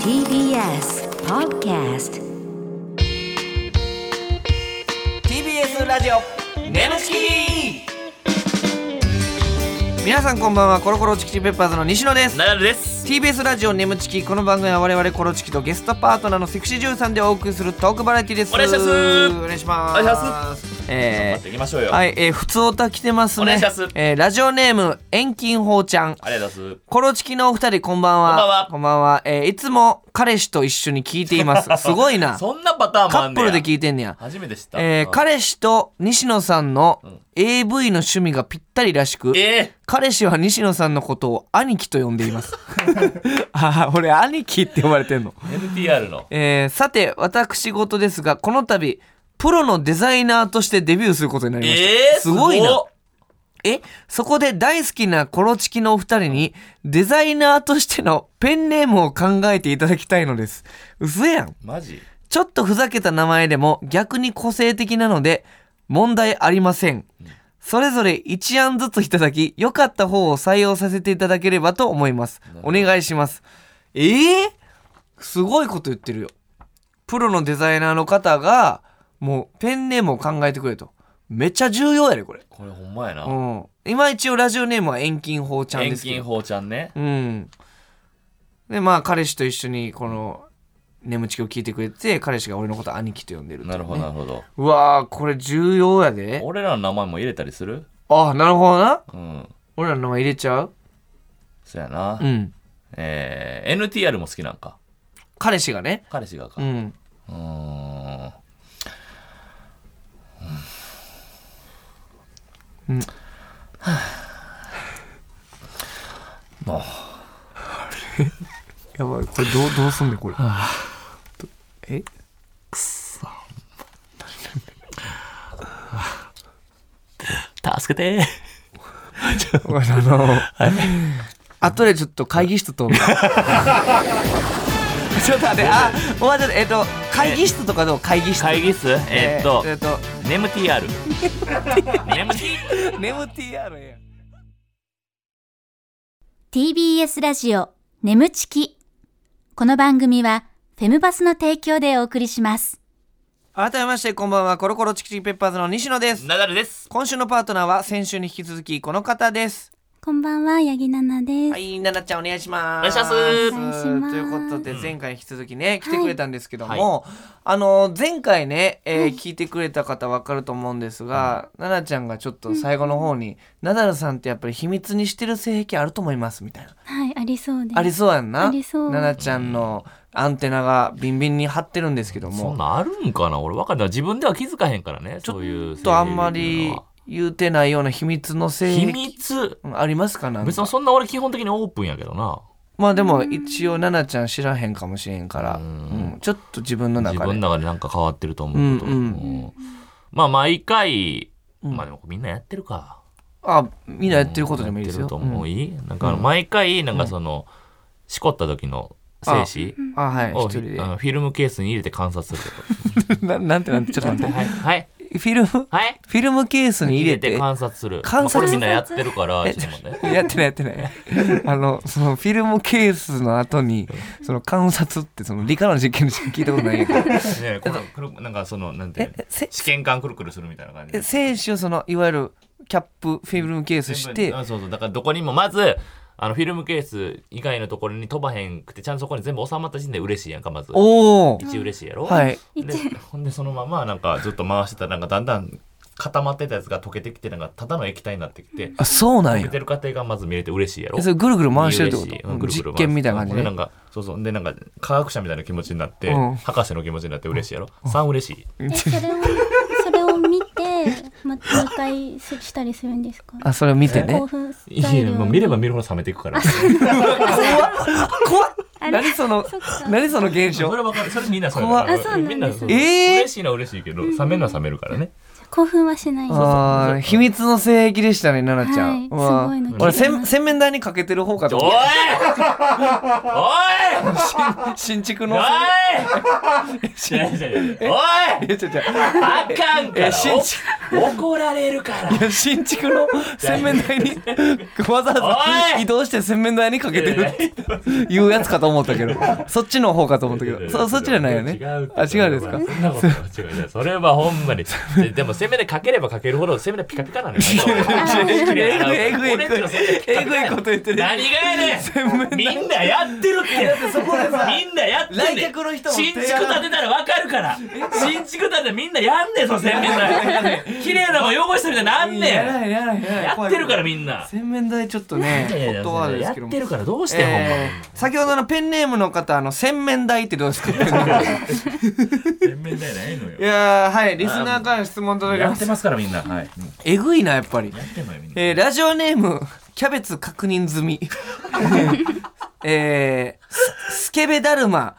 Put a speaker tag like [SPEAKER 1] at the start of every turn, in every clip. [SPEAKER 1] TBS Podcast
[SPEAKER 2] TBS ラジオ
[SPEAKER 3] ネムチ
[SPEAKER 2] 皆さんこんばんはコロコロチキチキペッパーズの西野です
[SPEAKER 3] ナダルです。
[SPEAKER 2] TBS ラジオネムチキこの番組は我々コロチキとゲストパートナーのセクシージュンさんでお送りするトークバラエティです
[SPEAKER 3] お願いします
[SPEAKER 2] お願いします
[SPEAKER 3] お願いしまや
[SPEAKER 2] え
[SPEAKER 3] っていきましょうよ。
[SPEAKER 2] ー、はい、えー、普通おた来てますね。
[SPEAKER 3] お願いします
[SPEAKER 2] えー、ラジオネーム、遠近法ちゃん。
[SPEAKER 3] ありがとうございま
[SPEAKER 2] コロチキのお二人、こんばん
[SPEAKER 3] こんばん
[SPEAKER 2] は
[SPEAKER 3] は。
[SPEAKER 2] こんばんは。えー、いつも彼氏と一緒に聞いてい ます。すごいな。
[SPEAKER 3] す。そんなパターンも
[SPEAKER 2] カ
[SPEAKER 3] あん
[SPEAKER 2] ッ
[SPEAKER 3] ね
[SPEAKER 2] プ
[SPEAKER 3] や
[SPEAKER 2] ルで聞いてんねや。
[SPEAKER 3] 初めて知った。
[SPEAKER 2] えー、
[SPEAKER 3] うん
[SPEAKER 2] 彼氏と西野さんの AV の趣味がぴったりらしく、
[SPEAKER 3] え
[SPEAKER 2] 彼氏は西野さんのことを兄貴と呼んでいます ああ俺兄貴って呼ばれてんの、
[SPEAKER 3] ー、NTR の。
[SPEAKER 2] えー、さて私事ですがこの度プロのデザイナーとしてデビューすることになりました、
[SPEAKER 3] えー、
[SPEAKER 2] すごいな
[SPEAKER 3] っ
[SPEAKER 2] えそこで大好きなコロチキのお二人にデザイナーとしてのペンネームを考えていただきたいのです嘘やん
[SPEAKER 3] マジ
[SPEAKER 2] ちょっとふざけた名前でも逆に個性的なので問題ありません。それぞれ1案ずついただき、良かった方を採用させていただければと思います。お願いします。えー、すごいこと言ってるよ。プロのデザイナーの方が、もうペンネームを考えてくれと。めっちゃ重要やね、これ。
[SPEAKER 3] これほんまや
[SPEAKER 2] う
[SPEAKER 3] な。
[SPEAKER 2] ん。今一応ラジオネームは遠近法ちゃん
[SPEAKER 3] 遠
[SPEAKER 2] ですけ
[SPEAKER 3] 近
[SPEAKER 2] ど。
[SPEAKER 3] 法ちゃんね。
[SPEAKER 2] うん。で、まあ、彼氏と一緒に、この、眠ちきを聞いてくれて、彼氏が俺のこと兄貴と呼んでるっていうね
[SPEAKER 3] なるほど、なるほど。
[SPEAKER 2] うわー、これ重要やで。
[SPEAKER 3] 俺らの名前も入れたりする
[SPEAKER 2] あ、なるほどな。
[SPEAKER 3] うん。
[SPEAKER 2] 俺らの名前入れちゃう
[SPEAKER 3] そやな。
[SPEAKER 2] うん。
[SPEAKER 3] えー、NTR も好きなんか。
[SPEAKER 2] 彼氏がね。
[SPEAKER 3] 彼氏がか。
[SPEAKER 2] う。
[SPEAKER 3] うんーん。もう
[SPEAKER 2] やばい、これどう、どうすんねん、これ。え
[SPEAKER 3] 助けて
[SPEAKER 2] おい あの、後でちょっと会議室と。ち ょっと待って、あ、お前ちょっと、えっと、会議室とかどう会議室。
[SPEAKER 3] 会議室えーっと、
[SPEAKER 2] えっと、
[SPEAKER 3] ネム TR ネム TR
[SPEAKER 2] ネム TR や。
[SPEAKER 1] TBS ラジオ眠ちきこの番組はフェムバスの提供でお送りします
[SPEAKER 2] 改めまして、こんばんは、コロコロチキチキペッパーズの西野です。
[SPEAKER 3] ナダルです
[SPEAKER 2] 今週のパートナーは、先週に引き続き、この方です。
[SPEAKER 1] こんばんは八木奈々です、
[SPEAKER 2] はい、ななちゃんお願いします。
[SPEAKER 3] お願いし
[SPEAKER 1] ますお願いします
[SPEAKER 2] ということで、前回に引き続きね、来
[SPEAKER 1] い
[SPEAKER 2] てくれたんですけども、あの、前回ね、えー聞いてくれた方わかると思うんですが、ななちゃんがちょっと最後の方に、ナダルさんってやっぱり秘密にしてる性癖あると思います、みたいな。
[SPEAKER 4] はい、ありそうです。
[SPEAKER 2] ありそうやんな。
[SPEAKER 4] ありそう
[SPEAKER 2] ななちゃんのアンテナがビンビンに張ってるんですけど
[SPEAKER 3] そん
[SPEAKER 2] も、
[SPEAKER 3] なんあるんかな俺分かんない自分では気づかへんからねそういう
[SPEAKER 2] ちょっとあんまり言うてないような秘密の性
[SPEAKER 3] 秘
[SPEAKER 2] 癖。
[SPEAKER 3] 密
[SPEAKER 2] うんありますかなん
[SPEAKER 3] 別
[SPEAKER 2] か
[SPEAKER 3] にそんな俺基本的にオープンやけどな
[SPEAKER 2] まあでも一応奈々ちゃん知らへんかもしれんから、うんちょっと自分の
[SPEAKER 3] 自
[SPEAKER 2] 中で
[SPEAKER 3] 分の中でなんか変わってると思うこと、
[SPEAKER 2] うんうん
[SPEAKER 3] うんまあ毎回、まあでもみんなやってるか
[SPEAKER 2] あみんなやってることでもいいです
[SPEAKER 3] や
[SPEAKER 2] よ
[SPEAKER 3] ってると思う、
[SPEAKER 2] うん
[SPEAKER 3] いいなんかあの毎回なんかその、しこった時の精子
[SPEAKER 2] あはい
[SPEAKER 3] を
[SPEAKER 2] 一人で
[SPEAKER 3] あのフィルムケースに入れて観察する と
[SPEAKER 2] ななんてなんてちょっと待っ
[SPEAKER 3] はいはい
[SPEAKER 2] てフィルムフ
[SPEAKER 3] はい
[SPEAKER 2] ィルムケースに入れて
[SPEAKER 3] 観察する。
[SPEAKER 2] 観察
[SPEAKER 3] まあこれみんなやってる から、ちょっと待って
[SPEAKER 2] やってないやってない あのそのフィルムケースの後にその観察ってその理科の実験でしか聞いたことないんやけ ど
[SPEAKER 3] ねえこのくるなんかその、なんていうの
[SPEAKER 2] えせ
[SPEAKER 3] 試験管くるくるするみたいな感じ
[SPEAKER 2] え
[SPEAKER 3] で。
[SPEAKER 2] 選手をそのいわゆるキャップフィルムケースし
[SPEAKER 3] 全部
[SPEAKER 2] て
[SPEAKER 3] あそうそう。だからどこにも、まず、あの、フィルムケース以外のところに飛ばへんくて、ちゃんとそこに全部収まった時点で嬉しいやんか、まず。
[SPEAKER 2] おお
[SPEAKER 3] 一嬉しいやろ
[SPEAKER 2] はい。
[SPEAKER 3] で、ほんでそのまま、なんかずっと回してたら、なんかだんだん固まってたやつが溶けてきて、なんかただの液体になってきて、
[SPEAKER 2] あそうなん
[SPEAKER 3] 溶け
[SPEAKER 2] や
[SPEAKER 3] てる過程がまず見れて嬉しいやろ
[SPEAKER 2] え。それぐるぐる回してるってこと、
[SPEAKER 3] うんぐるぐる
[SPEAKER 2] 実
[SPEAKER 3] 回す
[SPEAKER 2] 験みたいな感じ
[SPEAKER 3] で
[SPEAKER 2] ね
[SPEAKER 3] なんかそうそうでなんか科学者みたいな気持ちになって、
[SPEAKER 2] うん
[SPEAKER 3] 博士の気持ちになって嬉しいやろ、3嬉しい
[SPEAKER 4] えそれを、それを見て、また2回せしたりするんですか。
[SPEAKER 2] あそれを見てね
[SPEAKER 4] 興奮ス
[SPEAKER 3] い
[SPEAKER 4] タイ
[SPEAKER 3] や
[SPEAKER 4] ル
[SPEAKER 3] も
[SPEAKER 4] を
[SPEAKER 3] う見れば見るほど冷めていく からそ
[SPEAKER 2] 怖っ
[SPEAKER 4] あれ
[SPEAKER 2] 何その
[SPEAKER 4] そっか
[SPEAKER 2] 何その現象
[SPEAKER 3] れわかるそれみんなそれ
[SPEAKER 2] 怖
[SPEAKER 4] っあそうなんです
[SPEAKER 3] みんなそう、
[SPEAKER 2] えー
[SPEAKER 3] 嬉しいのは嬉しいけど冷めるのは冷めるからね
[SPEAKER 4] 興奮はしないです。
[SPEAKER 2] あー秘密の性癖でしたね奈々ちゃん、
[SPEAKER 4] はい
[SPEAKER 2] わあ
[SPEAKER 4] すごいの聞いてま
[SPEAKER 2] 俺
[SPEAKER 4] す
[SPEAKER 2] 洗洗面台にかけてる方か
[SPEAKER 3] お
[SPEAKER 2] と
[SPEAKER 3] いおい
[SPEAKER 2] 思った新築
[SPEAKER 3] お
[SPEAKER 2] の
[SPEAKER 3] い
[SPEAKER 2] 新
[SPEAKER 3] 違う違う違うおい
[SPEAKER 2] いや違う違う
[SPEAKER 3] あかんから
[SPEAKER 2] え新築
[SPEAKER 3] お怒られるから
[SPEAKER 2] いや新築の洗面台にわざわ
[SPEAKER 3] お
[SPEAKER 2] ざ
[SPEAKER 3] い
[SPEAKER 2] 移動して洗面台にかけてるっていうやつかと思ったけどそっちの方かと思ったけどそそっちじゃ ないよね
[SPEAKER 3] 違う
[SPEAKER 2] あ違うですか
[SPEAKER 3] そんなことは違う違うそれはほんまにででも攻めでかければかけるほど攻めでピカピカなの よ
[SPEAKER 2] えぐいえぐいえぐいえぐいこと言ってる
[SPEAKER 3] 何がやねんみんなやってるってみんなやってんねん
[SPEAKER 2] 来客の人も
[SPEAKER 3] 新築建てたらわかるから新築建てたらみんなやんねんその洗面台綺麗なもん汚したみたいになんねん
[SPEAKER 2] やらいやらいやらい
[SPEAKER 3] やってるからみんな
[SPEAKER 2] 洗面台ちょっとねホットワードで
[SPEAKER 3] や
[SPEAKER 2] す
[SPEAKER 3] っ
[SPEAKER 2] けども
[SPEAKER 3] てるからどうしてんほんま
[SPEAKER 2] えー先ほどのペンネームの方あの洗面台ってどうですかい
[SPEAKER 3] 洗面台ないのよ
[SPEAKER 2] やーはいリスナーからの質問届いて
[SPEAKER 3] や
[SPEAKER 2] ま
[SPEAKER 3] って
[SPEAKER 2] す
[SPEAKER 3] ますからみんなはい
[SPEAKER 2] えぐいなやっぱり
[SPEAKER 3] やってんのよみんな
[SPEAKER 2] えーラジオネームキャベツ確認済みえーススケベだるま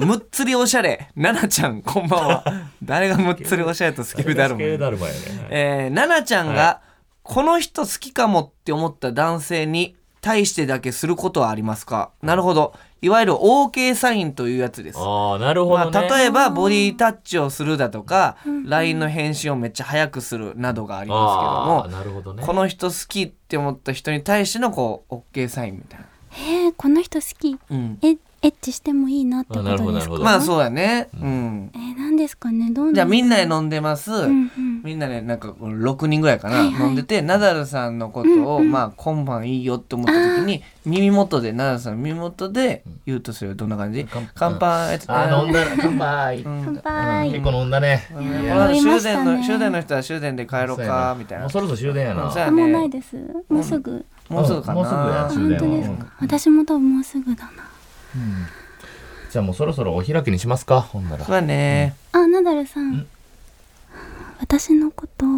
[SPEAKER 2] むっつりおしゃれななちゃんこんばんは誰がむっつりおしゃれとスケベだるま
[SPEAKER 3] スケベだるまやね
[SPEAKER 2] えー、ななちゃんが、
[SPEAKER 3] は
[SPEAKER 2] この人好きかもって思った男性に対してだけすることはありますかなるほどいわゆる OK サインというやつです
[SPEAKER 3] ああなるほど
[SPEAKER 2] ま
[SPEAKER 3] ね
[SPEAKER 2] あ、例えばボディタッチをするだとか LINE の返信をめっちゃ早くするなどがあります
[SPEAKER 3] あ
[SPEAKER 2] け
[SPEAKER 3] ー
[SPEAKER 2] ども
[SPEAKER 3] なるほどね
[SPEAKER 2] この人好きって思った人に対してのこう OK サインみたいな、
[SPEAKER 4] えー、この人好き
[SPEAKER 2] うん、
[SPEAKER 4] えエッチしてもいいなってこと
[SPEAKER 3] あなるほど
[SPEAKER 4] で
[SPEAKER 3] な
[SPEAKER 4] す
[SPEAKER 3] る
[SPEAKER 4] か
[SPEAKER 3] ほど
[SPEAKER 2] まあそうだね、うん、
[SPEAKER 4] えー、なんですかねどうなん
[SPEAKER 2] じゃあみんな
[SPEAKER 4] で
[SPEAKER 2] で飲んでます、
[SPEAKER 4] うんうん
[SPEAKER 2] みんなでなんかこの6人ぐらいかな、
[SPEAKER 4] はいはい
[SPEAKER 2] 飲んでてナダルさんのことを、まあ今晩いいよって思った時に耳元でナダルさんの耳元で言うとするどんな感じ
[SPEAKER 3] 乾
[SPEAKER 2] 乾杯って
[SPEAKER 3] あ飲んだね乾杯
[SPEAKER 2] うん
[SPEAKER 4] 乾杯
[SPEAKER 3] 結構飲んだね
[SPEAKER 2] うん
[SPEAKER 4] いや
[SPEAKER 2] 終電
[SPEAKER 4] 飲みました
[SPEAKER 2] の
[SPEAKER 4] ね
[SPEAKER 2] 終電の人は終電で帰ろうかみたい
[SPEAKER 3] も
[SPEAKER 2] な
[SPEAKER 3] うそろそろ終電やな
[SPEAKER 2] そうや
[SPEAKER 4] あ
[SPEAKER 2] ね
[SPEAKER 4] もうないですもうすぐ
[SPEAKER 2] もうすぐかな
[SPEAKER 3] もうすぐや
[SPEAKER 4] あ
[SPEAKER 3] 終
[SPEAKER 4] 本
[SPEAKER 3] 電
[SPEAKER 4] 当です
[SPEAKER 3] は
[SPEAKER 4] か私も多分もうすぐだな
[SPEAKER 3] じゃあもうそろそろお開きにしますかほんなら
[SPEAKER 2] そうだね、
[SPEAKER 4] あナダルさん
[SPEAKER 3] ん
[SPEAKER 4] 私のことを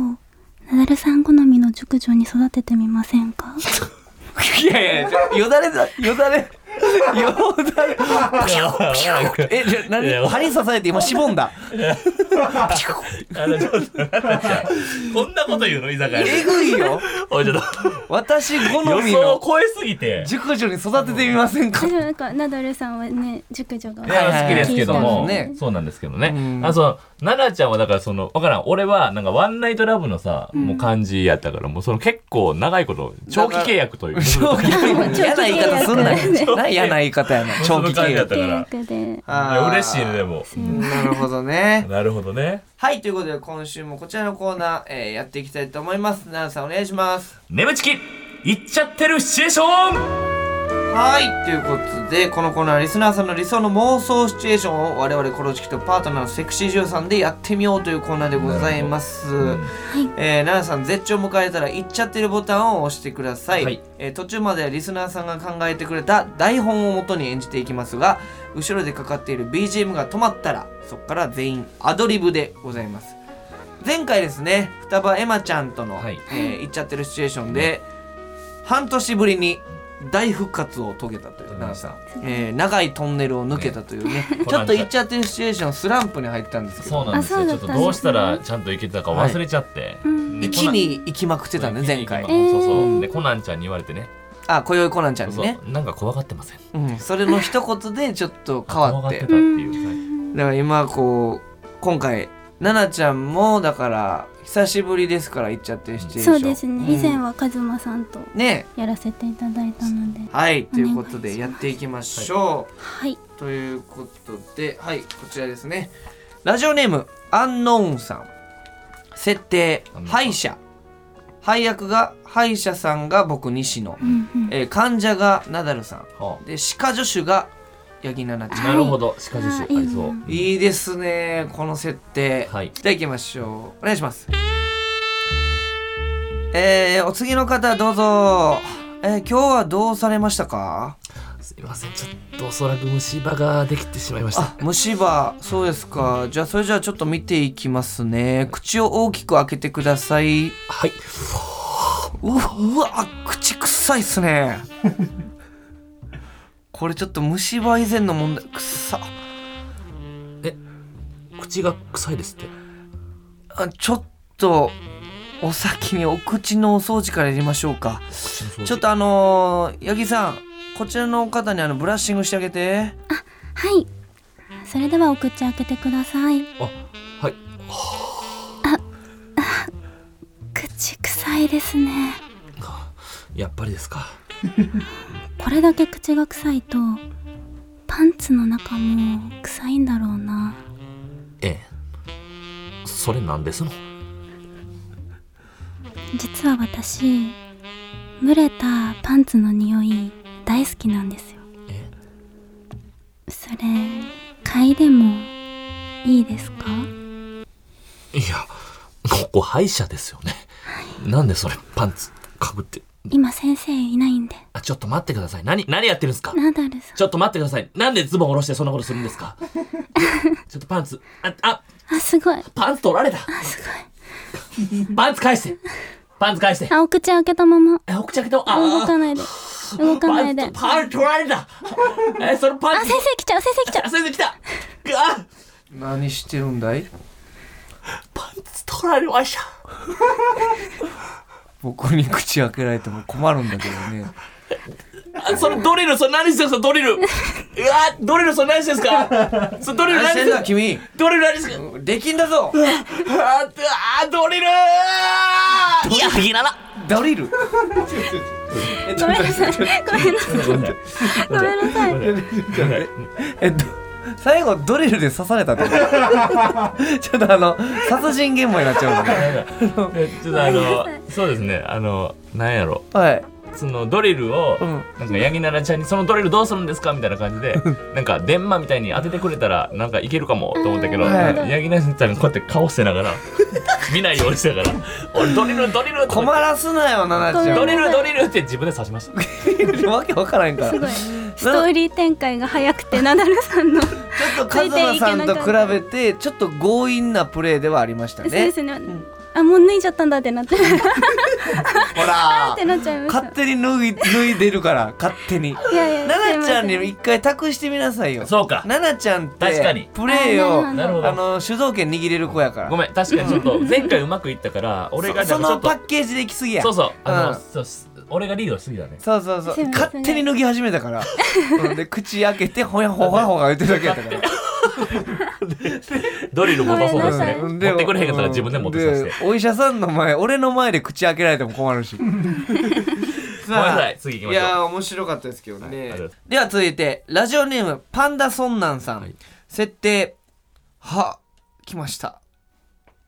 [SPEAKER 4] ナダルさん好みの熟女に育ててみません か
[SPEAKER 2] いやいやちょよだれだよだれよだれえじゃ何
[SPEAKER 3] いや
[SPEAKER 2] 針刺されて今しぼんだ
[SPEAKER 3] あのちょっと こんなこと言うの居酒屋
[SPEAKER 2] え
[SPEAKER 3] で
[SPEAKER 2] ぐいよ
[SPEAKER 3] おいちょっと
[SPEAKER 2] 私好
[SPEAKER 3] 予
[SPEAKER 2] み
[SPEAKER 3] 想を
[SPEAKER 2] の
[SPEAKER 3] 超えすぎて
[SPEAKER 2] 熟女に育ててみませんか
[SPEAKER 4] でもなんかナダルさんはね熟女が
[SPEAKER 3] いや
[SPEAKER 2] はい
[SPEAKER 3] 好きですけども、
[SPEAKER 2] はいはい
[SPEAKER 3] そうなんですけど
[SPEAKER 2] う
[SPEAKER 3] ね
[SPEAKER 2] ん。
[SPEAKER 3] あ、そう、奈々ちゃんはだからその、わからん、俺はなんかワンナイトラブのさ、もう感じやったから、もうその結構長いこと、長期契約という。
[SPEAKER 2] 長期嫌な言い方すんなよ。な嫌な言い方やな。長期契約。
[SPEAKER 3] だから
[SPEAKER 4] 契約で
[SPEAKER 3] い や嬉しいね、でも。
[SPEAKER 2] なるほどね。
[SPEAKER 3] なるほどね。
[SPEAKER 2] はい、ということで今週もこちらのコーナー、えーやっていきたいと思います。奈良さんお願いします。
[SPEAKER 3] 眠ちき、行っちゃってるシチュエーション
[SPEAKER 2] はい、ということで、このコーナーはリスナーさんの理想の妄想シチュエーションを我々コロチキとパートナーのセクシージュさんでやってみようというコーナーでございます。えー、奈良さん絶頂を迎えたら行っちゃってるボタンを押してください、
[SPEAKER 3] はい
[SPEAKER 2] えー途中まではリスナーさんが考えてくれた台本を元に演じていきますが後ろでかかっている BGM が止まったらそこから全員アドリブでございます前回ですね双葉エマちゃんとの、
[SPEAKER 3] はい
[SPEAKER 2] えー行っちゃってるシチュエーションで、半年ぶりに大復活を遂げたという奈良さん、えー長いトンネルを抜けたというねちょっと行っちゃってるシチュエーションスランプに入ったんですけ
[SPEAKER 3] そう
[SPEAKER 2] ど
[SPEAKER 3] なんですよ。
[SPEAKER 4] あ
[SPEAKER 3] ち
[SPEAKER 4] そ
[SPEAKER 3] ょっ
[SPEAKER 4] うだったんで
[SPEAKER 3] と
[SPEAKER 4] すね
[SPEAKER 3] どうしたらちゃんと行けてたか忘れちゃって。
[SPEAKER 4] うん
[SPEAKER 3] で
[SPEAKER 2] 一に行きまくってたね前回
[SPEAKER 3] そうそうそ
[SPEAKER 4] え
[SPEAKER 3] う。
[SPEAKER 4] ー
[SPEAKER 3] で、コナンちゃんに言われてね。
[SPEAKER 2] あ今宵コナンちゃん
[SPEAKER 3] そう
[SPEAKER 2] に
[SPEAKER 3] そ
[SPEAKER 2] ね
[SPEAKER 3] う。なんか怖がってません。
[SPEAKER 2] うん、それの一言でちょっと変わっ
[SPEAKER 3] 怖がって
[SPEAKER 2] て
[SPEAKER 3] た
[SPEAKER 2] だ
[SPEAKER 3] って
[SPEAKER 2] か
[SPEAKER 3] いう。
[SPEAKER 2] ら今こう今回奈々ちゃんもだから久しぶりですから行っちゃってるシチュエーシ
[SPEAKER 4] そ
[SPEAKER 2] ョン
[SPEAKER 4] うですね以前はカズマさんと
[SPEAKER 2] うんね
[SPEAKER 4] やらせていただいたので
[SPEAKER 2] はいということ
[SPEAKER 4] お願い
[SPEAKER 2] で
[SPEAKER 4] し
[SPEAKER 2] や
[SPEAKER 4] ます
[SPEAKER 2] っていきましょう、
[SPEAKER 4] はい
[SPEAKER 2] ということではいこちらですねラジオネームアンノーンさん設定
[SPEAKER 3] アンノーンさ
[SPEAKER 2] 歯医
[SPEAKER 3] ん
[SPEAKER 2] 者配役が歯医者さんが僕西野、
[SPEAKER 4] うんうん
[SPEAKER 2] えー患者がナダルさ
[SPEAKER 3] は
[SPEAKER 2] んで歯科助手が八木奈々ちゃん
[SPEAKER 3] なるほど。歯科助
[SPEAKER 4] あー
[SPEAKER 3] 手、あ
[SPEAKER 4] いい
[SPEAKER 3] り
[SPEAKER 4] な
[SPEAKER 3] そう。
[SPEAKER 2] いいですねこの設定、
[SPEAKER 3] はい
[SPEAKER 2] じゃあ行きましょうお願いしますえー、お次の方どうぞえー、今日はどうされましたか
[SPEAKER 3] すいませんちょっとおそらく虫歯ができてしまいました
[SPEAKER 2] あ虫歯そうですかじゃあそれじゃあちょっと見ていきますね口を大きく開けてくださいう
[SPEAKER 3] はい
[SPEAKER 2] わ
[SPEAKER 3] う
[SPEAKER 2] うわ口臭いっすねこれちょっと虫歯以前の問題くっさ
[SPEAKER 3] 口が臭いですって
[SPEAKER 2] あちょっとお先にお口のお掃除からやりましょうか
[SPEAKER 3] 口の掃除
[SPEAKER 2] ちょっとあのー、八木さん、こちらの方にあのブラッシングしてあげて
[SPEAKER 4] はいそれではお口開けてください
[SPEAKER 3] あはい
[SPEAKER 4] 口臭いですね
[SPEAKER 3] やっぱりですか
[SPEAKER 4] これだけ口が臭いとパンツの中も臭いんだろうな
[SPEAKER 3] ええそれなんですの
[SPEAKER 4] 実は私蒸れたパンツの匂い大好きなんですよ
[SPEAKER 3] え
[SPEAKER 4] それ嗅いでもいいですか
[SPEAKER 3] いやここ歯医者ですよねなんでそれパンツかぶって
[SPEAKER 4] 今先生いないんで
[SPEAKER 3] あちょっと待ってください何何やってるんですか
[SPEAKER 4] ナダルさん
[SPEAKER 3] ちょっと待ってくださいなんでズボン下ろしてそんなことするんですか ちょっとパンツああ
[SPEAKER 4] あすごい
[SPEAKER 3] パンツ取られた
[SPEAKER 4] あす
[SPEAKER 3] パンツ返してパンツ返して
[SPEAKER 4] ごいあお口開けたまま
[SPEAKER 3] えお口開けた
[SPEAKER 4] あ動か
[SPEAKER 3] あ
[SPEAKER 4] ないで動かないで
[SPEAKER 3] パ
[SPEAKER 4] あ
[SPEAKER 3] ンツパンツ取られ たえそのパンツ
[SPEAKER 4] 先生来ちゃう 先生来ちゃ
[SPEAKER 3] あ、それで来たあ
[SPEAKER 2] 何してるんだい
[SPEAKER 3] パンツ取られました
[SPEAKER 2] 僕に口開けられても困るんだけどね
[SPEAKER 3] あそれドリル、それ何してるんですか、ドリル。うわ、ドリル、それ何してるんですか。それドリル
[SPEAKER 2] 何し
[SPEAKER 3] 何し
[SPEAKER 2] て
[SPEAKER 3] てる
[SPEAKER 2] ん
[SPEAKER 3] ん
[SPEAKER 2] だ
[SPEAKER 3] ですか。
[SPEAKER 2] 君
[SPEAKER 3] ドリル何してるんで
[SPEAKER 2] できんだぞ
[SPEAKER 3] すか。あ、あ、ドリル。いや、ひらら。
[SPEAKER 2] ドリル
[SPEAKER 4] うごめんなさいごめんなさいごめんなさい
[SPEAKER 2] えっと最後ドリルで刺されたっ てことちょっとあの殺人現場になっちゃうのね
[SPEAKER 3] ちょっとあの、そうですね、あの、なんやろ
[SPEAKER 2] はい
[SPEAKER 3] そのドリルを、
[SPEAKER 2] うん
[SPEAKER 3] なんかヤギナラちゃんに、そのドリルどうするんですかみたいな感じで。なんか電話みたいに当ててくれたら、なんかいけるかもと思ったけど、
[SPEAKER 2] うん
[SPEAKER 3] ヤギナラちゃんがこうやって顔して ながら。見ないようにしてたから、俺ドリル、ドリル。
[SPEAKER 2] 困らすなよ奈々ちゃん
[SPEAKER 3] ドリルドリルって自分で刺しました。
[SPEAKER 2] わけわからへんから
[SPEAKER 4] すごいストーリー展開が早くてナダルさんの
[SPEAKER 2] ちょっとカズマさんと比べてちょっと強引なプレーではありました
[SPEAKER 4] そうで
[SPEAKER 2] ね
[SPEAKER 4] すね、あもう脱いじゃったんだってな ってっ
[SPEAKER 2] ほら
[SPEAKER 4] てなっちゃいました
[SPEAKER 2] 勝手に脱い脱いでるから勝 手に
[SPEAKER 4] いやいや
[SPEAKER 2] 奈々ちゃん
[SPEAKER 4] すいま
[SPEAKER 2] に一回託してみなさいよ
[SPEAKER 3] そうか。
[SPEAKER 2] 奈々ちゃんって
[SPEAKER 3] 確かに
[SPEAKER 2] プレーを
[SPEAKER 4] あ
[SPEAKER 3] なるほど
[SPEAKER 2] あの主導権握れる子やから
[SPEAKER 3] ごめん確かにちょっと前回うまくいったから俺が
[SPEAKER 2] そそ
[SPEAKER 3] なん
[SPEAKER 2] の
[SPEAKER 3] かちょっと
[SPEAKER 2] パッケージで行きすぎや
[SPEAKER 3] そうそうあの
[SPEAKER 2] うん
[SPEAKER 3] そうす俺がリードしすぎだね。
[SPEAKER 2] そうそうそ
[SPEAKER 4] すいうません
[SPEAKER 2] 勝手に脱ぎ始めたからうんで口開けてほやほやほや言ってるだけやったから
[SPEAKER 3] ドリル持たそうですね。
[SPEAKER 2] う
[SPEAKER 3] 持
[SPEAKER 2] ん
[SPEAKER 3] ってくれへんかったら自分で持ってさせて。
[SPEAKER 2] でお医者さんの前俺の前で口開けられても困る しごめん
[SPEAKER 3] ごめんなさい次行きましょう
[SPEAKER 2] やー面白かったですけどね、
[SPEAKER 3] はいありがとうございま
[SPEAKER 2] では続いてラジオネームパンダソンナンさん、
[SPEAKER 3] はい
[SPEAKER 2] 設定は来ました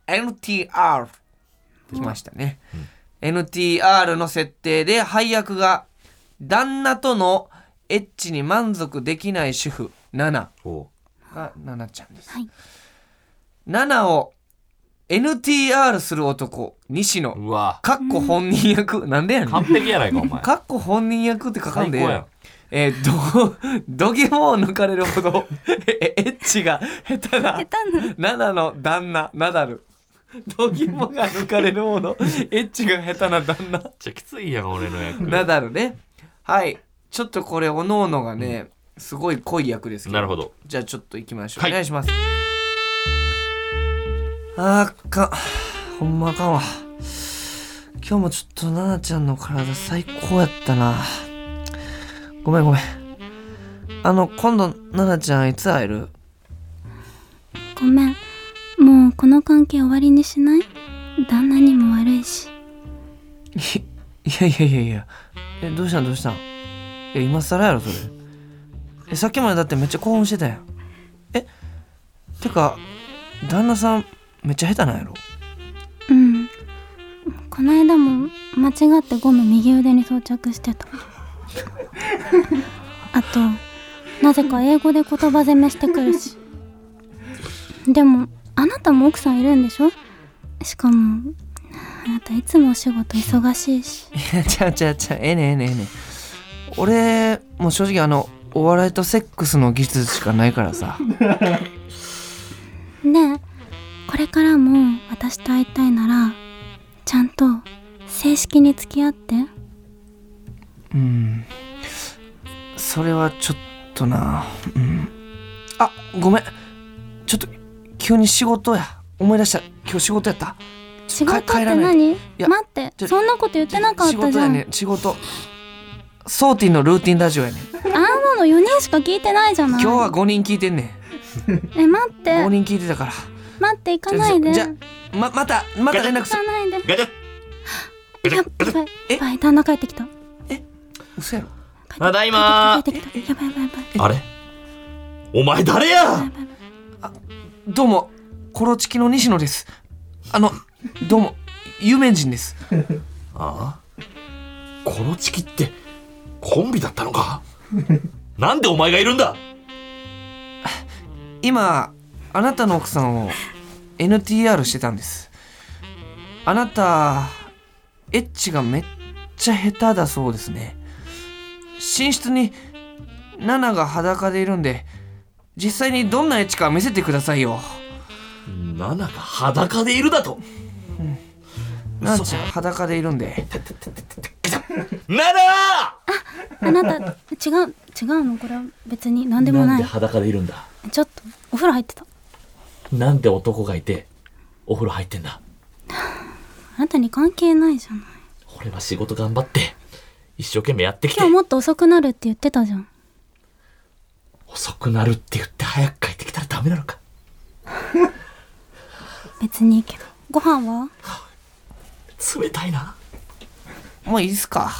[SPEAKER 2] NTR 来ましたね、NTR の設定で配役が旦那とのエッチに満足できない主婦7
[SPEAKER 3] お
[SPEAKER 2] がナナちゃんです。
[SPEAKER 4] はい
[SPEAKER 2] ナナを NTR する男西野
[SPEAKER 3] うわ
[SPEAKER 2] かっこ本人役、なんでやねん
[SPEAKER 3] 完璧やないかお 前。
[SPEAKER 2] かっこ本人役って書かんでええやん
[SPEAKER 3] 最高
[SPEAKER 2] えー、ど どぎもを抜かれるほどえエッチが下手なナナの旦那ナダルどぎもが抜かれるほどエッチが下手な旦那
[SPEAKER 3] じゃきついやん俺の役。
[SPEAKER 2] ナダルねはいちょっとこれおのおのがね、すごい濃い役ですけど
[SPEAKER 3] なるほど。
[SPEAKER 2] じゃあちょっと行きましょう、
[SPEAKER 3] はい
[SPEAKER 2] お願いしますあーかんほんまあかんわ今日もちょっと奈々ちゃんの体最高やったなごめんごめんあの今度奈々ちゃんいつ会える
[SPEAKER 4] せんごめんもうこの関係終わりにしない旦那にも悪いし
[SPEAKER 2] いいやいやいやいやえどうしたんどうしたんえ今更やろそれえさっきまでだってめっちゃ興奮してたやんえてか旦那さんめっちゃ下手なんやろ
[SPEAKER 4] うんこの間も間違ってゴム右腕に装着してた あとなぜか英語で言葉攻めしてくるしでもあなたも奥さんいるんでしょしかもあなたいつもお仕事忙しいし
[SPEAKER 2] いやちゃうちゃうちゃうええねんええねんええねん俺もう正直あのお笑いとセックスの技術しかないからさ
[SPEAKER 4] ねえこれからも私と会いたいならちゃんと正式に付き合って
[SPEAKER 2] うんそれはちょっとなうんあごめんちょっと急に仕事や思い出した今日仕事やった
[SPEAKER 4] 仕事っ
[SPEAKER 2] 帰
[SPEAKER 4] て
[SPEAKER 2] らない
[SPEAKER 4] 何
[SPEAKER 2] や
[SPEAKER 4] 待って
[SPEAKER 2] ちょ
[SPEAKER 4] そんなこと言ってなかっ
[SPEAKER 2] 仕
[SPEAKER 4] た
[SPEAKER 2] 事
[SPEAKER 4] じゃ
[SPEAKER 2] や
[SPEAKER 4] ん、
[SPEAKER 2] ね仕事ソーティンのルーティンラジオやねん
[SPEAKER 4] あんなの4人しか聞いてないじゃない
[SPEAKER 2] 今日は5人聞いてんね
[SPEAKER 4] え待っ
[SPEAKER 2] ん5
[SPEAKER 4] て
[SPEAKER 2] 人聞いてたから
[SPEAKER 4] 待って行かないで
[SPEAKER 2] じゃ
[SPEAKER 4] 行
[SPEAKER 2] あままたまた連絡す
[SPEAKER 4] か
[SPEAKER 2] る
[SPEAKER 4] ないで
[SPEAKER 3] ガチ
[SPEAKER 4] やや
[SPEAKER 3] ャ
[SPEAKER 4] ばい
[SPEAKER 2] え
[SPEAKER 4] やばい旦那帰ってきた帰って
[SPEAKER 2] 嘘やろ
[SPEAKER 4] き
[SPEAKER 3] ただいま
[SPEAKER 4] 帰
[SPEAKER 3] ー
[SPEAKER 4] ってきた帰ってきたやばいやばいやばい
[SPEAKER 3] あれお前誰や
[SPEAKER 4] やばいやばい
[SPEAKER 2] どうもコロチキの西野ですあのどうも有名人です
[SPEAKER 3] ああこのチキってコンビだった のかなんでお前がいるんだ
[SPEAKER 2] 今あなたの奥さんを NTR してたんですあなたエッチがめっちゃ下手だそうですね寝室にナナが裸でいるんで実際にどんなエッチか見せてくださいよ
[SPEAKER 3] ナナが裸でいるだと
[SPEAKER 2] ナナちゃん裸でいるんで
[SPEAKER 3] ナナ
[SPEAKER 4] あなた違う違うのこれは別に何でも
[SPEAKER 3] なん
[SPEAKER 4] な
[SPEAKER 3] で
[SPEAKER 4] い
[SPEAKER 3] 裸でいるんだ
[SPEAKER 4] ちょっとお風呂入ってた
[SPEAKER 3] なんで男がいてお風呂入ってんだ
[SPEAKER 4] あなたに関係ないじゃない
[SPEAKER 3] 俺は仕事頑張って一生懸命やってきて
[SPEAKER 4] 今日もっと遅くなるって言ってたじゃん
[SPEAKER 3] 遅くなるって言って早く帰ってきたらダメなのか
[SPEAKER 4] 別にいいけどご飯は
[SPEAKER 3] 冷たいな
[SPEAKER 2] もういいっすか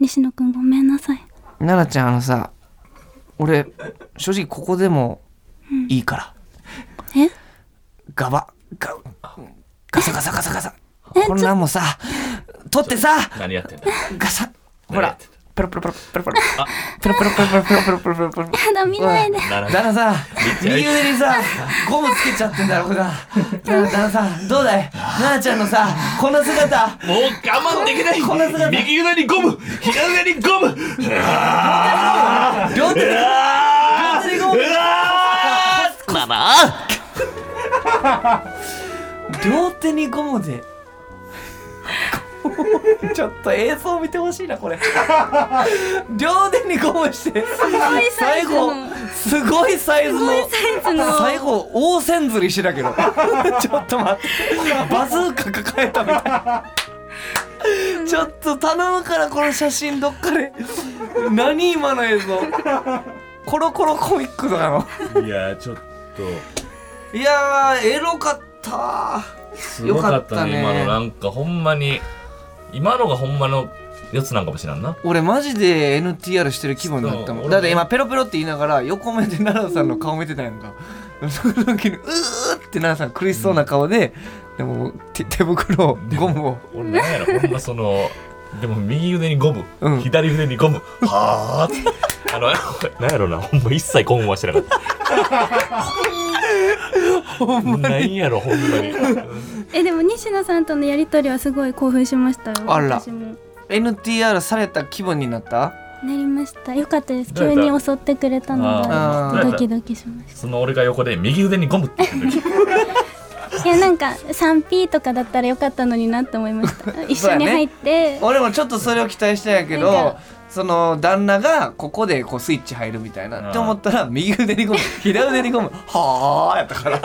[SPEAKER 4] 西野くんごめんなさい
[SPEAKER 2] ナナちゃんあのさ俺正直ここでもいいから
[SPEAKER 4] え
[SPEAKER 2] ガバガガサガサガサガサこんなんもさ取ってさ
[SPEAKER 3] 何やってんだ
[SPEAKER 2] ガサ
[SPEAKER 3] ね
[SPEAKER 2] ほらペロペロペロペロペロペロペロペロペロペロペロペロペロペロ
[SPEAKER 4] やだ見ないで
[SPEAKER 3] ナナ
[SPEAKER 2] 旦那さん右腕にさゴムつけちゃってんだろうが旦那旦那さんどうだい奈々ちゃんのさこんな姿
[SPEAKER 3] もう我慢できない
[SPEAKER 2] こんな姿
[SPEAKER 3] 右腕にゴム左腕にゴ
[SPEAKER 2] 両
[SPEAKER 3] ム
[SPEAKER 2] 手で
[SPEAKER 3] あ
[SPEAKER 2] 両手でゴム
[SPEAKER 3] ーあーナナ
[SPEAKER 2] 両手にゴムで ちょっと映像見てほしいな これ両手にゴムして
[SPEAKER 4] サイ
[SPEAKER 2] 最
[SPEAKER 4] ズの
[SPEAKER 2] 後すごいサイズの
[SPEAKER 4] サイズの
[SPEAKER 2] 最後大線釣りしてたけど ちょっと待ってバズーカ抱えたみたいなちょっと頼むからこの写真どっかで何今の映像コロコロコミックだよ
[SPEAKER 3] いやちょっと
[SPEAKER 2] いやーエロかった
[SPEAKER 3] すごかったね
[SPEAKER 2] よかったね
[SPEAKER 3] 今のなんかほんまに今のがほんまのやつなんかもしらんな
[SPEAKER 2] 俺マジで NTR してる気分になったも
[SPEAKER 3] そ
[SPEAKER 2] ん
[SPEAKER 3] う
[SPEAKER 2] だって今ペロペロって言いながら横目で奈良さんの顔見てたやんか、その時にうーって奈良さん苦しそうな顔で、でも手手袋をゴムを
[SPEAKER 3] 俺なんやろほんまそのでも右腕にゴム、
[SPEAKER 2] うん
[SPEAKER 3] 左腕にゴムはあってあのなんやろなほんま一切ゴムはしてなかったほんまに なんやろほんまに
[SPEAKER 4] えでも西野さんとのやりとりはすごい興奮しましたよ
[SPEAKER 2] あら
[SPEAKER 4] 私も
[SPEAKER 2] NTR された気分になっ
[SPEAKER 4] な
[SPEAKER 2] た
[SPEAKER 4] りましたよかったです
[SPEAKER 3] どうや
[SPEAKER 4] 急
[SPEAKER 3] った
[SPEAKER 4] に襲ってくれたの
[SPEAKER 2] あー
[SPEAKER 4] がドキドキしまし
[SPEAKER 3] その俺が横で右腕にゴムって言ってる
[SPEAKER 4] たいやなんか 3P とかだったらよかったのになって思いました一緒に入って、
[SPEAKER 2] 俺もちょっとそれを期待したんやけ
[SPEAKER 4] なん
[SPEAKER 2] ど
[SPEAKER 4] か
[SPEAKER 2] その旦那がここでこうスイッチ入るみたいなって思ったら右腕にゴム左腕にゴムはあやったから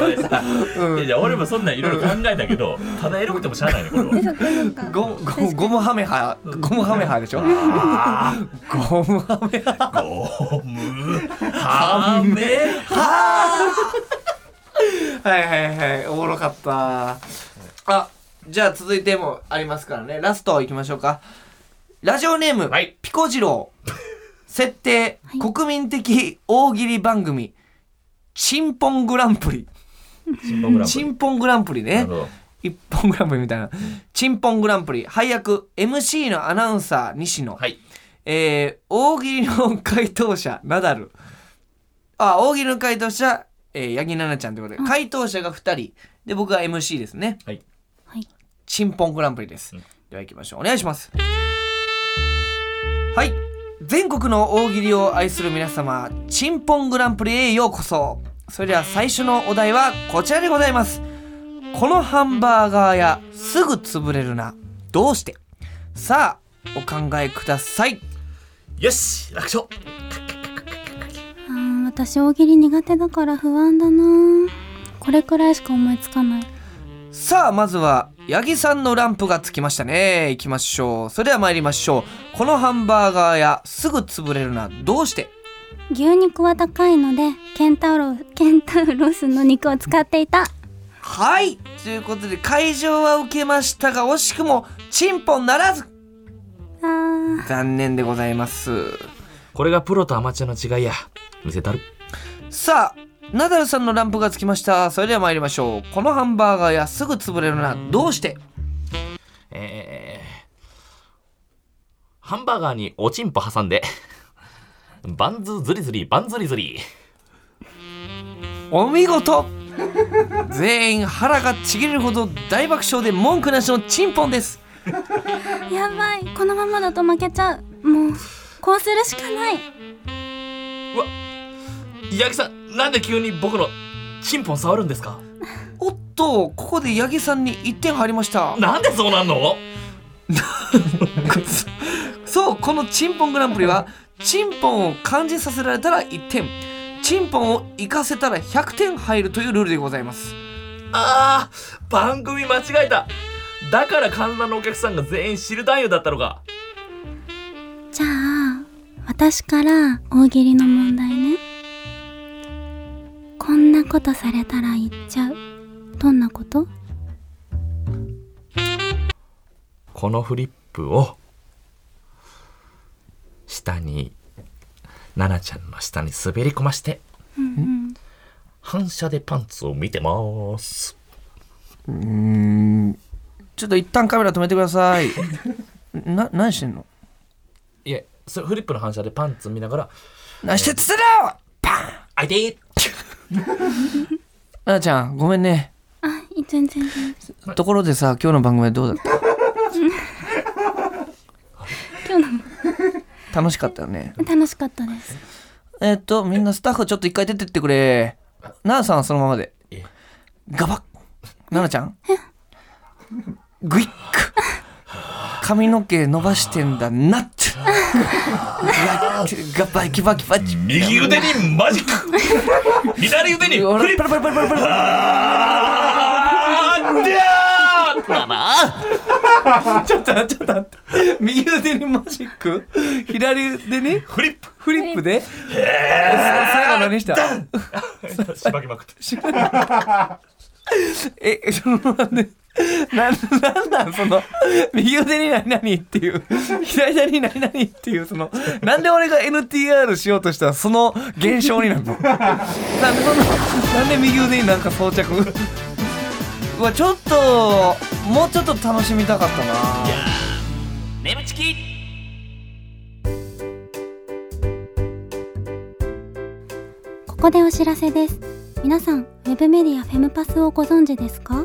[SPEAKER 3] 俺さ
[SPEAKER 2] うん
[SPEAKER 3] いやいや俺もそんなんいろいろ考えたけどただエロくてもしゃあないねこれ
[SPEAKER 4] で
[SPEAKER 3] は
[SPEAKER 4] そこなんか
[SPEAKER 2] ゴムゴムゴムハメハゴムハメハでしょゴムハメハ
[SPEAKER 3] ゴムはめ
[SPEAKER 2] はいはいはいおもろかったあじゃあ続いてもありますからねラストいきましょうかラジオネーム、
[SPEAKER 3] はい
[SPEAKER 2] ピコ次郎設定、国民的大喜利番組チンポングランプリ
[SPEAKER 3] チンポングランプ
[SPEAKER 2] チ
[SPEAKER 3] リ
[SPEAKER 2] ンポングランプリ
[SPEAKER 3] な
[SPEAKER 2] ね
[SPEAKER 3] るほど
[SPEAKER 2] 一本グランプリみたいな、チンポングランプリ配役 MC のアナウンサー西野、
[SPEAKER 3] はい
[SPEAKER 2] えー大喜利の回答者ナダルあ大喜利の回答者、えー、八木奈々ちゃんということで回答者が2人で僕が MC ですね
[SPEAKER 3] はい
[SPEAKER 4] はい
[SPEAKER 2] チンポングランプリです、
[SPEAKER 3] うん
[SPEAKER 2] では行きましょうお願いしますはい全国の大喜利を愛する皆様チンポングランプリへようこそそれでは最初のお題はこちらでございますこのハンバーガー屋すぐ潰れるなどうしてさあお考えください
[SPEAKER 3] よし楽勝
[SPEAKER 4] あー私大喜利苦手だから不安だなこれくらいしか思いつかない
[SPEAKER 2] さあまずは八木さんのランプがつきましたねいきましょうそれでは参りましょうこのハンバーガー屋すぐ潰れるなどうして
[SPEAKER 4] 牛肉は高いのでケンタウロケンタウロスの肉を使っていた
[SPEAKER 2] はいということで会場は受けましたが惜しくもチンポならず
[SPEAKER 4] あー
[SPEAKER 2] 残念でございます
[SPEAKER 3] これがプロとアマチュアの違いや見せたる
[SPEAKER 2] さあナダルさんのランプがつきましたそれでは参りましょうこのハンバーガー屋すぐ潰れるなどうして
[SPEAKER 3] えー、ハンバーガーにおちんぽ挟んでバンズズリズリバンズリズリ
[SPEAKER 2] お見事全員腹がちぎれるほど大爆笑で文句なしのチンポンです
[SPEAKER 4] やばいこのままだと負けちゃうもうこうするしかないう
[SPEAKER 3] 八木さんなんで急に僕のチンポン触るんですか
[SPEAKER 2] おっとここで八木さんに1点入りま した
[SPEAKER 3] なんでそうなんの
[SPEAKER 2] そうこのチンポングランプリはチンポンを感じさせられたら1点チンポンを生かせたら100点入るというルールでございます
[SPEAKER 3] あー番組間違えただから観覧のお客さんが全員知る男優だったのか
[SPEAKER 4] じゃあ私から大喜利の問題ねこんなことされたら言っちゃうどんなこと
[SPEAKER 3] このフリップを下に奈々ちゃんの下に滑り込まして
[SPEAKER 4] うん
[SPEAKER 3] 反射でパンツを見てます
[SPEAKER 2] うんちょっと一旦カメラ止めてください な何してんの
[SPEAKER 3] いやそれフリップの反射でパンツ見ながら
[SPEAKER 2] 何してっつってんの
[SPEAKER 3] 「あいてー
[SPEAKER 2] なあちゃんごめんね
[SPEAKER 4] うんあい全然全然
[SPEAKER 2] ところでさ今日の番組はどうだった
[SPEAKER 4] 今日のも
[SPEAKER 2] 楽しかったよね
[SPEAKER 4] 楽しかったです
[SPEAKER 2] えっとみんなスタッフちょっと一回出てってくれなあさんはそのままで
[SPEAKER 3] え
[SPEAKER 2] ガバッななちゃんグイック髪の毛伸ばしてんだなってガッバイキバキバチ
[SPEAKER 3] 右腕にマジック 左腕に
[SPEAKER 2] ほらパラパラパラパラパラ
[SPEAKER 3] あーじゃーママ
[SPEAKER 2] ちょっと 待ってちょっと待って右腕にマジック左腕に
[SPEAKER 3] フリップ
[SPEAKER 2] フリップで最後何した
[SPEAKER 3] しばきまくって
[SPEAKER 2] え、そのなんで、なん、なんなんその、右腕に何々っていう、左腕に何々っていう、その、なんで俺が NTR しようとしたらその現象になるのなんでその、なんで右腕になんか装着うわ、ちょっと、もうちょっと楽しみたかったな
[SPEAKER 3] 眠ちき
[SPEAKER 4] ここでお知らせです。皆さん、ウェブメディアフェムパスをご存知ですか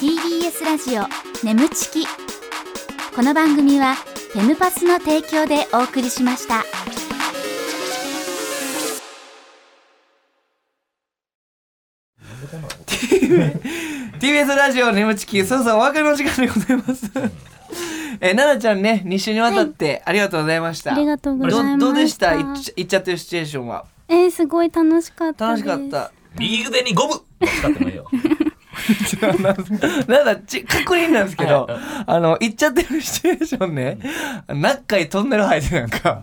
[SPEAKER 1] TBS ラジオ眠ちきこの番組はフェムパスの提供でお送りしました。
[SPEAKER 2] TBS ラジオ眠ちきそろそろお別れの時間でございます。 えー、奈々ちゃんね、2週にわたってありがとうございました。
[SPEAKER 4] ありがとうございました
[SPEAKER 2] どどうでしたいっちいっちゃってるシチュエーションは。
[SPEAKER 4] えー、すごい楽しかった
[SPEAKER 2] 楽
[SPEAKER 4] です。
[SPEAKER 2] しかった。
[SPEAKER 3] 右腕にゴム使ってないよ
[SPEAKER 2] なんだち確認なんですけど、あの、行っちゃってるシチュエーションね、何回トンネル入ってなんか。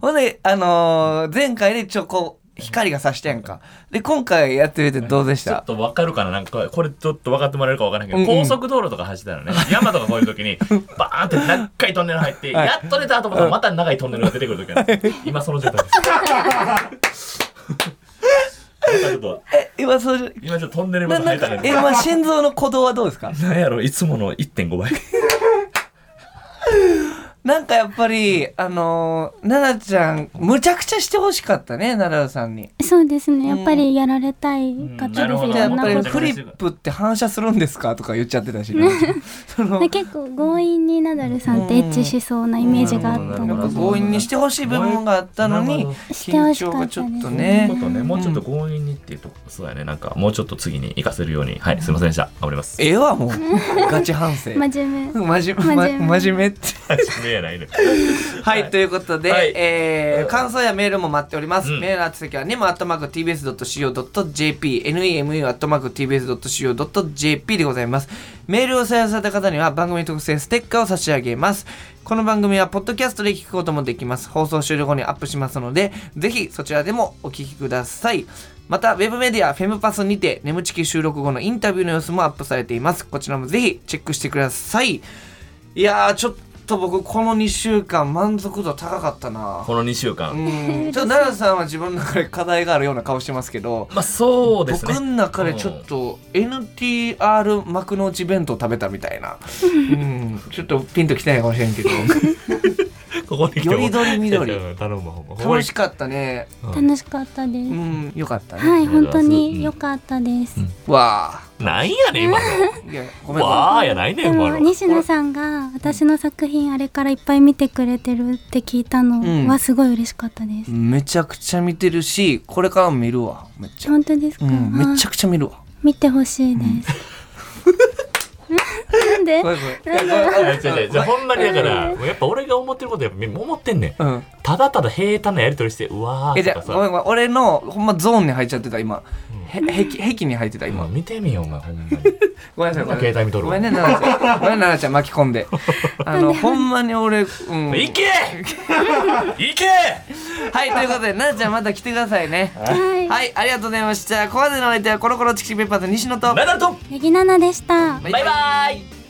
[SPEAKER 2] ほんで、あのー前回でちょ、こう、光が差してやんか。で、今回やってみてどうでし
[SPEAKER 3] ちょったとわかるかななんかこれちょっと分かってもらえるか分からないけど、
[SPEAKER 2] うんうん
[SPEAKER 3] 高速道路とか走った らね山とかこういう時にバーンって長いトンネル入って、
[SPEAKER 2] はい
[SPEAKER 3] やっと出たと思ったらまた長いトンネルが出てくる時 ある、今その状態ですまたちょっと
[SPEAKER 2] え、今、そうじ
[SPEAKER 3] 今ちょっとトンネル
[SPEAKER 2] ゃ、な
[SPEAKER 3] まで
[SPEAKER 2] なん
[SPEAKER 3] 入った
[SPEAKER 2] か
[SPEAKER 3] け、ど
[SPEAKER 2] え、まあ、心臓の鼓動はどうですか
[SPEAKER 3] なんやろいつもの1.5倍
[SPEAKER 2] なんかやっぱり、あのー、奈々ちゃん、むちゃくちゃしてほしかったね、奈々さんに。
[SPEAKER 4] そうですねやっぱりやられたい方ですよ、
[SPEAKER 5] うん
[SPEAKER 2] じゃあやっ
[SPEAKER 4] な
[SPEAKER 2] ぱり
[SPEAKER 4] んか
[SPEAKER 2] フリップって反射するんですかとか言っちゃってたし、ね、 その、
[SPEAKER 4] 結構強引にナダルさんってエッチしそうなイメージがあった
[SPEAKER 2] や
[SPEAKER 4] ので
[SPEAKER 2] っぱ強引にしてほしい部分があったのに、
[SPEAKER 4] してほ
[SPEAKER 2] 緊
[SPEAKER 4] しか
[SPEAKER 2] 張
[SPEAKER 4] った
[SPEAKER 2] が
[SPEAKER 4] です
[SPEAKER 2] ちょっと
[SPEAKER 3] ちょ
[SPEAKER 2] ね
[SPEAKER 3] っ。とね、もうちょっと強引にっていうとこ、そうだね、なんかもうちょっと次に行かせるように、はい、すみませんでした。頑張り ます。
[SPEAKER 2] ええわ、もう。ガチ反省。
[SPEAKER 4] 真面目 真
[SPEAKER 2] 真面
[SPEAKER 4] 面目
[SPEAKER 2] 目、真面目って。
[SPEAKER 3] 真面目やないね。
[SPEAKER 2] はい、ということで、
[SPEAKER 3] はい
[SPEAKER 2] えー感想やメールも待っております。
[SPEAKER 3] うん
[SPEAKER 2] メール宛先は nemu.tbs.co.jp、nemu.tbs.co.jp でございます。メールを採用された方には番組特製ステッカーを差し上げます。この番組はポッドキャストで聞くこともできます。放送終了後にアップしますので、ぜひそちらでもお聞きください。また、ウェブメディアフェムパスにて、ネムチキ収録後のインタビューの様子もアップされています。こちらもぜひチェックしてください。いやー、ちょっと僕、この2週間、満足度高かったな。
[SPEAKER 3] この2週間。
[SPEAKER 2] うん、ちょっと奈良さんは自分の中で課題があるような顔してますけど、
[SPEAKER 3] まあ、そうです
[SPEAKER 2] 僕の
[SPEAKER 3] ね。
[SPEAKER 2] 中でちょっと NTR 幕の内弁当食べたみたいな、うん、ちょっとピンときてないかもしれ んけど
[SPEAKER 3] ここに来て
[SPEAKER 2] よりどりみどり
[SPEAKER 3] うん頼む、ほんま。ほんま
[SPEAKER 2] 楽
[SPEAKER 3] に
[SPEAKER 2] しかったね
[SPEAKER 4] 楽しかったです、
[SPEAKER 2] うんよかったね、
[SPEAKER 4] はい本当に良かったです、
[SPEAKER 2] わあ
[SPEAKER 3] なんやねん、今
[SPEAKER 2] いやごめ
[SPEAKER 3] の。
[SPEAKER 2] ん
[SPEAKER 3] わあやないねん、
[SPEAKER 4] でも
[SPEAKER 3] 今の。
[SPEAKER 4] 西野さんが私の作品あれからいっぱい見てくれてるって聞いた
[SPEAKER 2] うん
[SPEAKER 4] のはすごい嬉しかったです、
[SPEAKER 2] めちゃくちゃ見てるしこれからも見るわめっちゃ、
[SPEAKER 4] 本当ですか、
[SPEAKER 2] うん、めちゃ
[SPEAKER 4] あ
[SPEAKER 2] くちゃ見るわ
[SPEAKER 4] 見てほしいです、なんで
[SPEAKER 2] ごめん ごめんいやご
[SPEAKER 3] い
[SPEAKER 2] め
[SPEAKER 3] や
[SPEAKER 2] ん
[SPEAKER 3] 違う違う
[SPEAKER 2] ごめん
[SPEAKER 3] ほんまにだから、もうやっぱ俺が思ってることやっぱみんな思ってんねん。
[SPEAKER 2] うん
[SPEAKER 3] ただただ平坦なやりとりして、うわ
[SPEAKER 2] え
[SPEAKER 3] ー
[SPEAKER 2] じ
[SPEAKER 3] と
[SPEAKER 2] ゃ
[SPEAKER 3] か
[SPEAKER 2] あごめん
[SPEAKER 3] さ。
[SPEAKER 2] ごめん俺のほんまゾーンに入っちゃってた今、へへきへきに入ってた今、
[SPEAKER 3] 今見てみよう、お前、ほんまに。
[SPEAKER 2] ごめんなさい。ごめんなさ
[SPEAKER 3] 携
[SPEAKER 2] い
[SPEAKER 3] 帯見とる
[SPEAKER 2] ご
[SPEAKER 3] わ
[SPEAKER 2] めんね、奈々ちゃん。ごめん、奈々ちゃん巻き込ん で。あの、ほんまに俺、うん。はい、
[SPEAKER 3] 行け 行け
[SPEAKER 2] ということで、奈々ちゃんまた来てくださいね。
[SPEAKER 4] はい、
[SPEAKER 2] はい、ありがとうございました。ここまでのお相手はコロコロチキチキペッパーズ西野と。
[SPEAKER 3] ナダルと
[SPEAKER 4] ヤギナナでした
[SPEAKER 2] バ
[SPEAKER 3] バイバイ